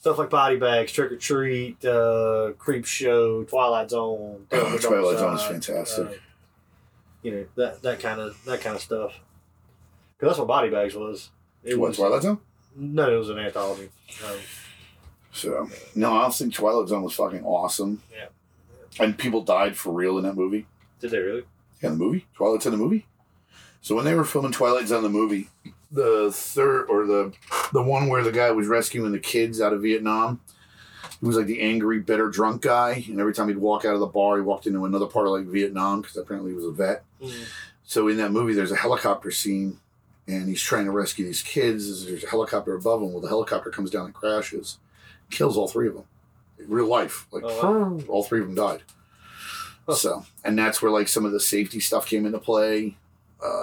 stuff like Body Bags, Trick or Treat, uh, Creep Show, Twilight Zone. Devil on the Dark oh, Twilight Zone is Side, fantastic. uh, you know that that kind of that kind of stuff. 'Cause that's what Body Bags was. It what was Twilight Zone? no, it was an anthology. Um, So no, I honestly, Twilight Zone was fucking awesome. Yeah. and people died for real in that movie. did they really? Yeah, the movie Twilight's in the movie. So when they were filming Twilight Zone the movie, the third or the the one where the guy was rescuing the kids out of Vietnam, he was like the angry, bitter, drunk guy, and every time he'd walk out of the bar, he walked into another part of like Vietnam because apparently he was a vet. So in that movie, there's a helicopter scene, and he's trying to rescue these kids. There's a helicopter above him. Well, the helicopter comes down and crashes, kills all three of them. In real life, like Oh, all three of them died. Huh. So, and that's where like some of the safety stuff came into play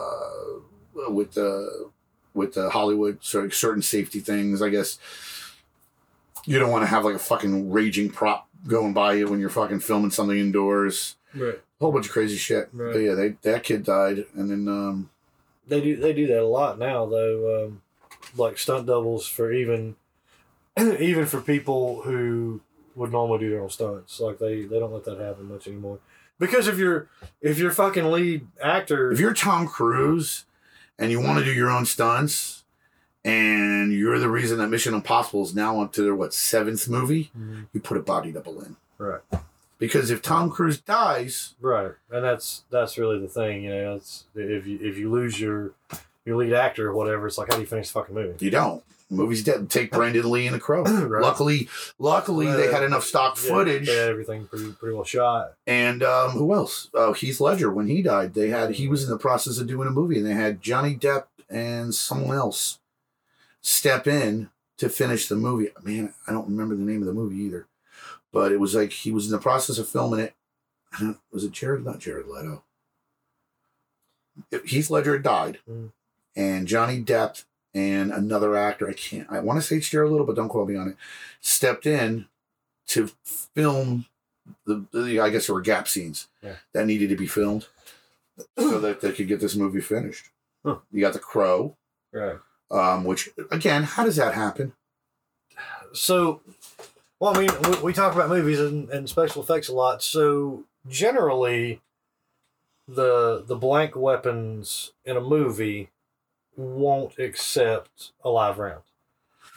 uh, with the with the Hollywood sort of certain safety things. I guess you don't want to have like a fucking raging prop going by you when you're fucking filming something indoors. Right. A whole bunch of crazy shit. Right. But yeah, they, that kid died, and then um, They do they do that a lot now though, um, like stunt doubles for even even for people who would normally do their own stunts. Like they they don't let that happen much anymore because if you're if you're fucking lead actor, if you're Tom Cruise and you want to do your own stunts, and you're the reason that Mission Impossible is now up to their what seventh movie, Mhm. you put a body double in. right Because if Tom Cruise dies, right, and that's that's really the thing. You know, it's if you if you lose your your lead actor or whatever, it's like how do you finish the fucking movie? you don't. The movie's dead. Take Brandon Lee and the Crow. Right. Luckily, luckily they had enough stock Yeah, footage. They had everything pretty pretty well shot. And um, who else? Oh, Heath Ledger. When he died, they had he was in the process of doing a movie, and they had Johnny Depp and someone else step in to finish the movie. Man, I don't remember the name of the movie either, but it was like he was in the process of filming it. I don't- Was it Jared? Not Jared Leto. It- Heath Ledger had died, Mm. and Johnny Depp and another actor. I can't. I want to say it's Jared Little, but don't quote me on it. Stepped in to film the, the I guess there were gap scenes Yeah. that needed to be filmed so that they could get this movie finished. Huh. You got the Crow, Right. um, which again, how does that happen? So, well, I mean, we, we talk about movies and, and special effects a lot. So generally, the the blank weapons in a movie won't accept a live round.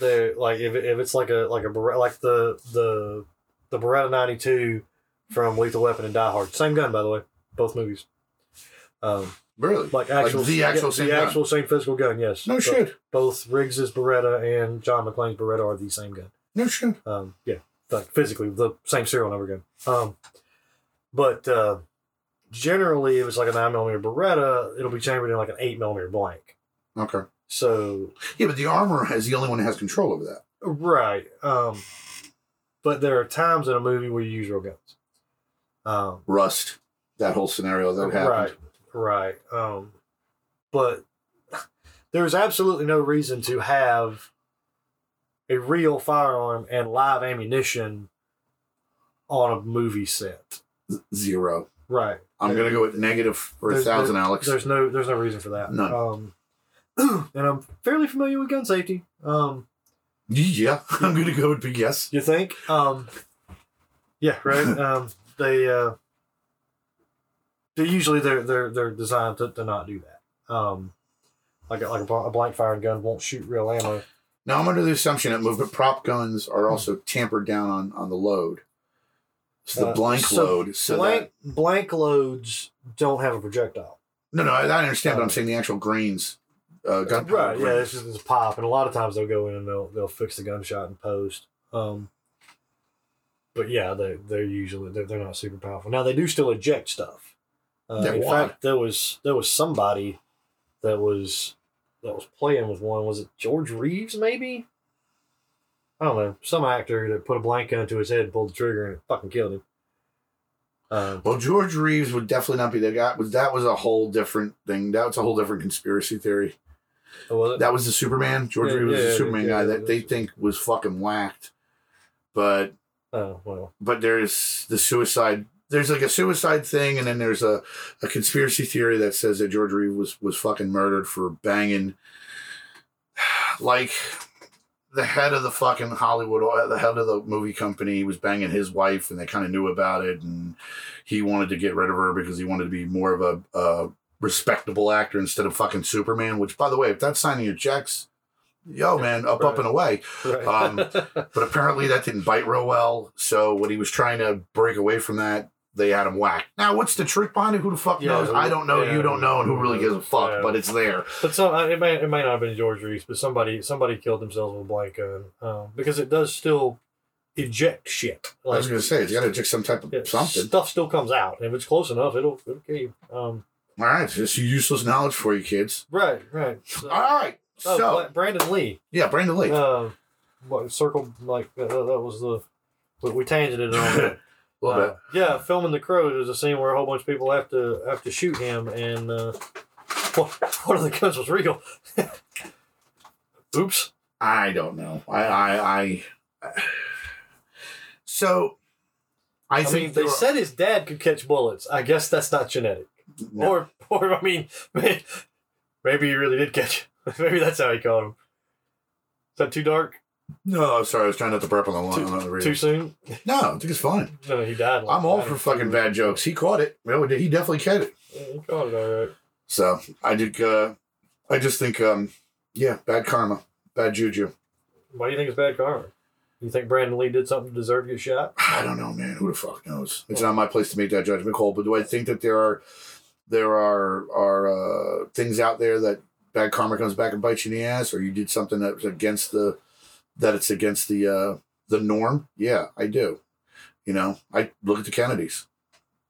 They're like if, it- if it's like a like a Bere- like the the the Beretta ninety two from Lethal Weapon and Die Hard. Same gun by the way, both movies. Um, Really? like actual the actual same the gun. actual same physical gun. Yes. No Bo- shit. Both Riggs's Beretta and John McClane's Beretta are the same gun. No shit. Um, yeah, but physically the same serial number gun. Um, but uh, generally, if it's like a nine millimeter Beretta, it'll be chambered in like an eight millimeter blank. Okay. So Yeah, but the armor is the only one that has control over that. right, um, but there are times in a movie where you use real guns. Um, Rust. That whole scenario that happened. Right, right. Um, but there's absolutely no reason to have a real firearm and live ammunition on a movie set. Zero. Right. I'm gonna go at negative for a There's- thousand, Alex. There's no there's no reason for that. None. Um, and I'm fairly familiar with gun safety. Um, Yeah, I'm gonna go with big yes. you think? Um, yeah, right. um, they uh, they usually they're they're they're designed to, to not do that. Um, like a, like a, bl- a blank firing gun won't shoot real ammo. Now I'm under the assumption that movement prop guns Hmm. are also tampered down on on the load. So the Uh, blank so load. So blank blank loads don't have a projectile. that, no, no, I I understand, but I'm saying the actual grains, uh, gun Oh. Right. Yeah. grains. It's just this pop, and a lot of times they'll go in and they'll they'll fix the gunshot and post. Um, but yeah, they they're usually they're, they're not super powerful. Now they do still eject stuff. Uh, Yeah, in why? fact, there was there was somebody that was that was playing with one. Was it George Reeves? Maybe. I don't know. Some actor that put a blank gun to his head, and pulled the trigger, and it fucking killed him. Um, Well, George Reeves would definitely not be the guy. Was that was a whole different thing. That was a whole different conspiracy theory. was it? That was the Superman. George Yeah, Reeves was yeah, the yeah, Superman yeah, guy yeah, that they that's- think was fucking whacked. But oh well. but there's the suicide. There's like a suicide thing, and then there's a, a conspiracy theory that says that George Reeves was was fucking murdered for banging, like, the head of the fucking Hollywood, oil- the head of the movie company was banging his wife, and they kind of knew about it, and he wanted to get rid of her because he wanted to be more of a, a respectable actor instead of fucking Superman. Which, by the way, if that's signing your checks, yo man, up up and away. Right. Um, But apparently that didn't bite real well. So when he was trying to break away from that, they had him whacked. Now, what's the truth behind it? Who the fuck Yeah, knows? who- I don't know. yeah, you don't know. And who really gives a fuck? yeah. But it's there. But some uh, it may it may not have been George Reese, but somebody somebody killed themselves with a blank gun um, because it does still eject shit. I was going to say, it's got to inject some type of yeah, something. Stuff still comes out, and if it's close enough, it'll it'll kill you. Um, All right. It's just useless knowledge for you, kids. right, right. So, All right. oh, Ah, So, Bla- Brandon Lee, yeah, Brandon Lee. uh, what circle like uh, that that was the we, we tangented it on. that. a little Uh, Yeah, filming the crow. There's a scene where a whole bunch of people have to have to shoot him, and uh, one, one of the guns was real. Oops. bit. I don't know. I, I, I. So, I, I think mean, they there- said his dad could catch bullets. I guess that's not genetic. No. Or, or I mean, may- maybe he really did catch. it. Maybe that's how he caught him. Is that too dark? no, I'm sorry. I was trying not to burp on the line. on the radio. Too soon? No, I think it's fine. No, he died. like I'm all that. for fucking bad jokes. He caught it. Well, he definitely caught it. Yeah, He caught it all right. So I did. Uh, I just think, um, yeah, bad karma, bad juju. Why do you think it's bad karma? You think Brandon Lee did something to deserve to get shot? I don't know, man. Who the fuck knows? It's not my place to make that judgment call. But do I think that there are there are are uh, things out there that bad karma comes back and bites you in the ass, or you did something that was against the that it's against the uh, the norm? Yeah, I do. You know, I look at the Kennedys.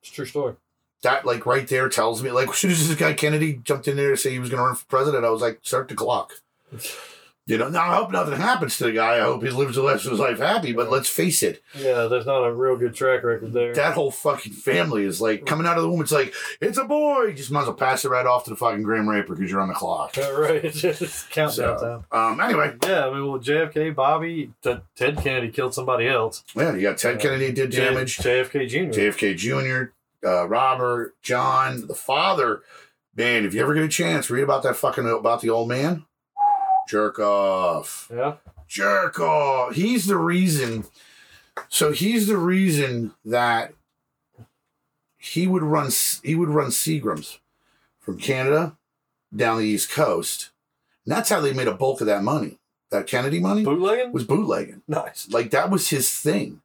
It's a true story. that like right there tells me like as soon as this guy Kennedy jumped in there to say he was going to run for president, I was like, start the clock. You know, now I hope nothing happens to the guy. I hope he lives the rest of his life happy. But let's face it, Yeah, there's not a real good track record there. that whole fucking family is like coming out of the womb. It's like it's a boy. You just might as well pass it right off to the fucking Grim Reaper because you're on the clock. Yeah, right, it's just countdown time. So, um, anyway, Yeah, I mean, well, JFK, Bobby, T- Ted Kennedy killed somebody else. yeah, you got Ted Kennedy did damage. JFK Jr. JFK Jr., uh, Robert, John, the father. Man, if you ever get a chance, read about that fucking about the old man. Jerk off. yeah. Jerk off. He's the reason. So he's the reason that he would run he would run Seagrams from Canada down the East Coast. And that's how they made a bulk of that money. That Kennedy money Bootlegging? was bootlegging. nice. Like that was his thing.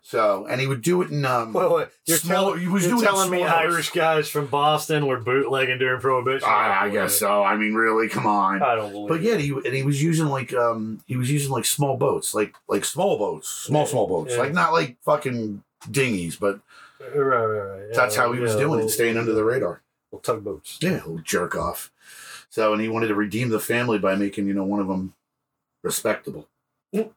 So and he would do it in um Wait, wait, you're, Small- tell- he was you're doing telling me small hours. Irish guys from Boston were bootlegging during Prohibition? I, I don't guess so. I mean really, come believe on. it. I don't believe But it. yeah, he and he was using like um he was using like small boats, like like small boats, small small boats, Yeah. like not like fucking dinghies, but Right, right, right. that's Yeah, how he was yeah, doing little- it, staying under the radar. Little tugboats. Yeah, little jerk off. So and he wanted to redeem the family by making you know one of them respectable. Yep.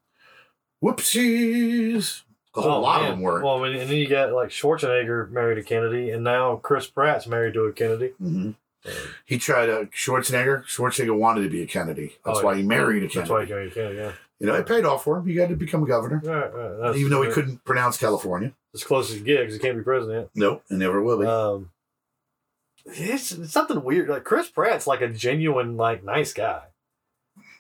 Whoopsies! A whole Oh, lot man. of them were. Well, I mean, and then you got like Schwarzenegger married to Kennedy, and now Chris Pratt's married to a Kennedy. Mhm. Uh, He tried a Schwarzenegger. Schwarzenegger wanted to be a Kennedy. That's oh, why yeah. he married a That's why he Kennedy. married a Kennedy. Yeah. You know, it paid off for him. He got to become governor, Right, right. That's, uh, even though he couldn't pronounce California. As close as you get, 'cause he can't be president. Nope, and never will be. Um, it's, it's something weird. Like Chris Pratt's like a genuine, like nice guy.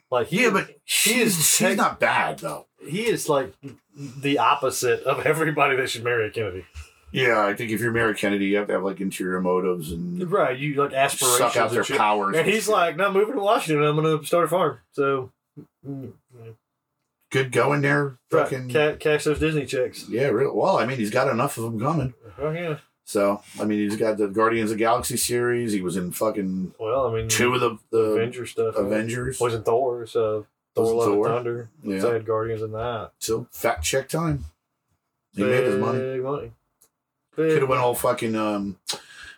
Like he, yeah, but he she's is tech- she's not bad though. he is like the opposite of everybody that should marry a Kennedy. Yeah, I think if you're Mary Kennedy, you have to have like interior motives and Right? You like aspirations. suck out and their shit. powers. And he's shit. like, "No, I'm moving to Washington. I'm going to start a farm." So, mm, good going there, right, fucking. ca- cash those Disney checks. Yeah, really. Well, I mean, he's got enough of them coming. Oh yeah. So, I mean, he's got the Guardians of the Galaxy series. He was in fucking Well, I mean, two of the, the Avenger stuff. right? Avengers. was in Thor, so Thor: Wasn't Love Thor? and Thunder. Yeah. So I had Guardians in that. So fat check time. He made his money. Big money. Could Big have went all fucking um,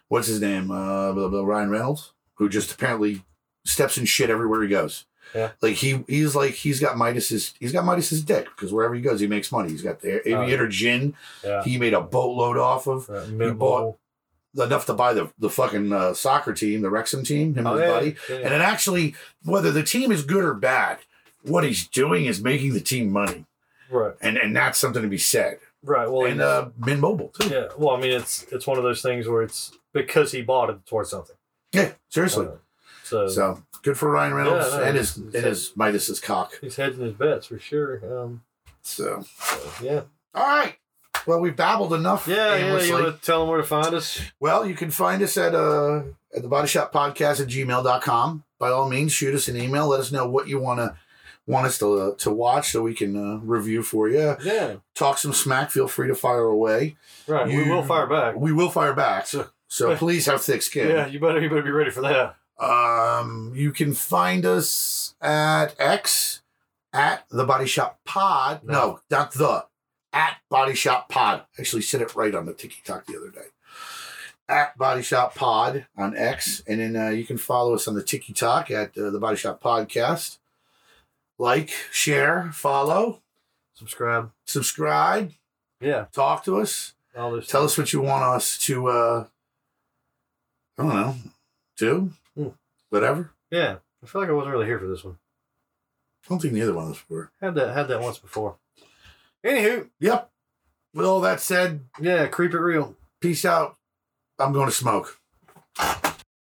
what's his name? Uh, blah, blah, Ryan Reynolds, who just apparently steps in shit everywhere he goes. Yeah. Like he he's like he's got Midas's he's got Midas's dick because wherever he goes he makes money. He's got the yeah. aviator gin. Oh, Yeah. He made a boatload off of Right, bought enough to buy the the fucking uh, soccer team, the Wrexham team, him and his buddy. And Oh, yeah. then actually, whether the team is good or bad, what he's doing is making the team money, Right. and and that's something to be said. Right. Well, and it's- uh, Min Mobile too. yeah. Well, I mean, it's it's one of those things where it's because he bought it towards something. Yeah, seriously. Uh, so, So good for Ryan Reynolds Yeah, no, and his it's- and his Midas's cock. he's hedging his bets for sure. Um, So so, yeah. all right. Well, we've babbled enough. Yeah. Yeah. aimlessly. You want to tell him where to find us? Well, you can find us at uh at the body shop podcast at gmail.com. By all means, shoot us an email. Let us know what you wanna want us to uh, to watch so we can uh, review for you. Yeah. Talk some smack. Feel free to fire away. Right. we You- will fire back. We will fire back. So, so please have thick Yeah. skin. You better you better be ready for that. Um, you can find us at X at the Body Shop Pod. No, No. not the at Body Shop Pod. Actually, said it right on the TikTok the other day. At Body Shop Pod on X, and then uh, you can follow us on the TikTok at uh, the Body Shop Podcast. Like, share, follow, Subscribe. subscribe, Yeah. talk to us. All this. Tell us what you want us to. Uh, I don't know, do Hmm. whatever. Yeah. I feel like I wasn't really here for this one. I don't think neither one of us were. Had that had that once before. Anywho, Yep. With all that said, yeah, creep it real. peace out. I'm going to smoke.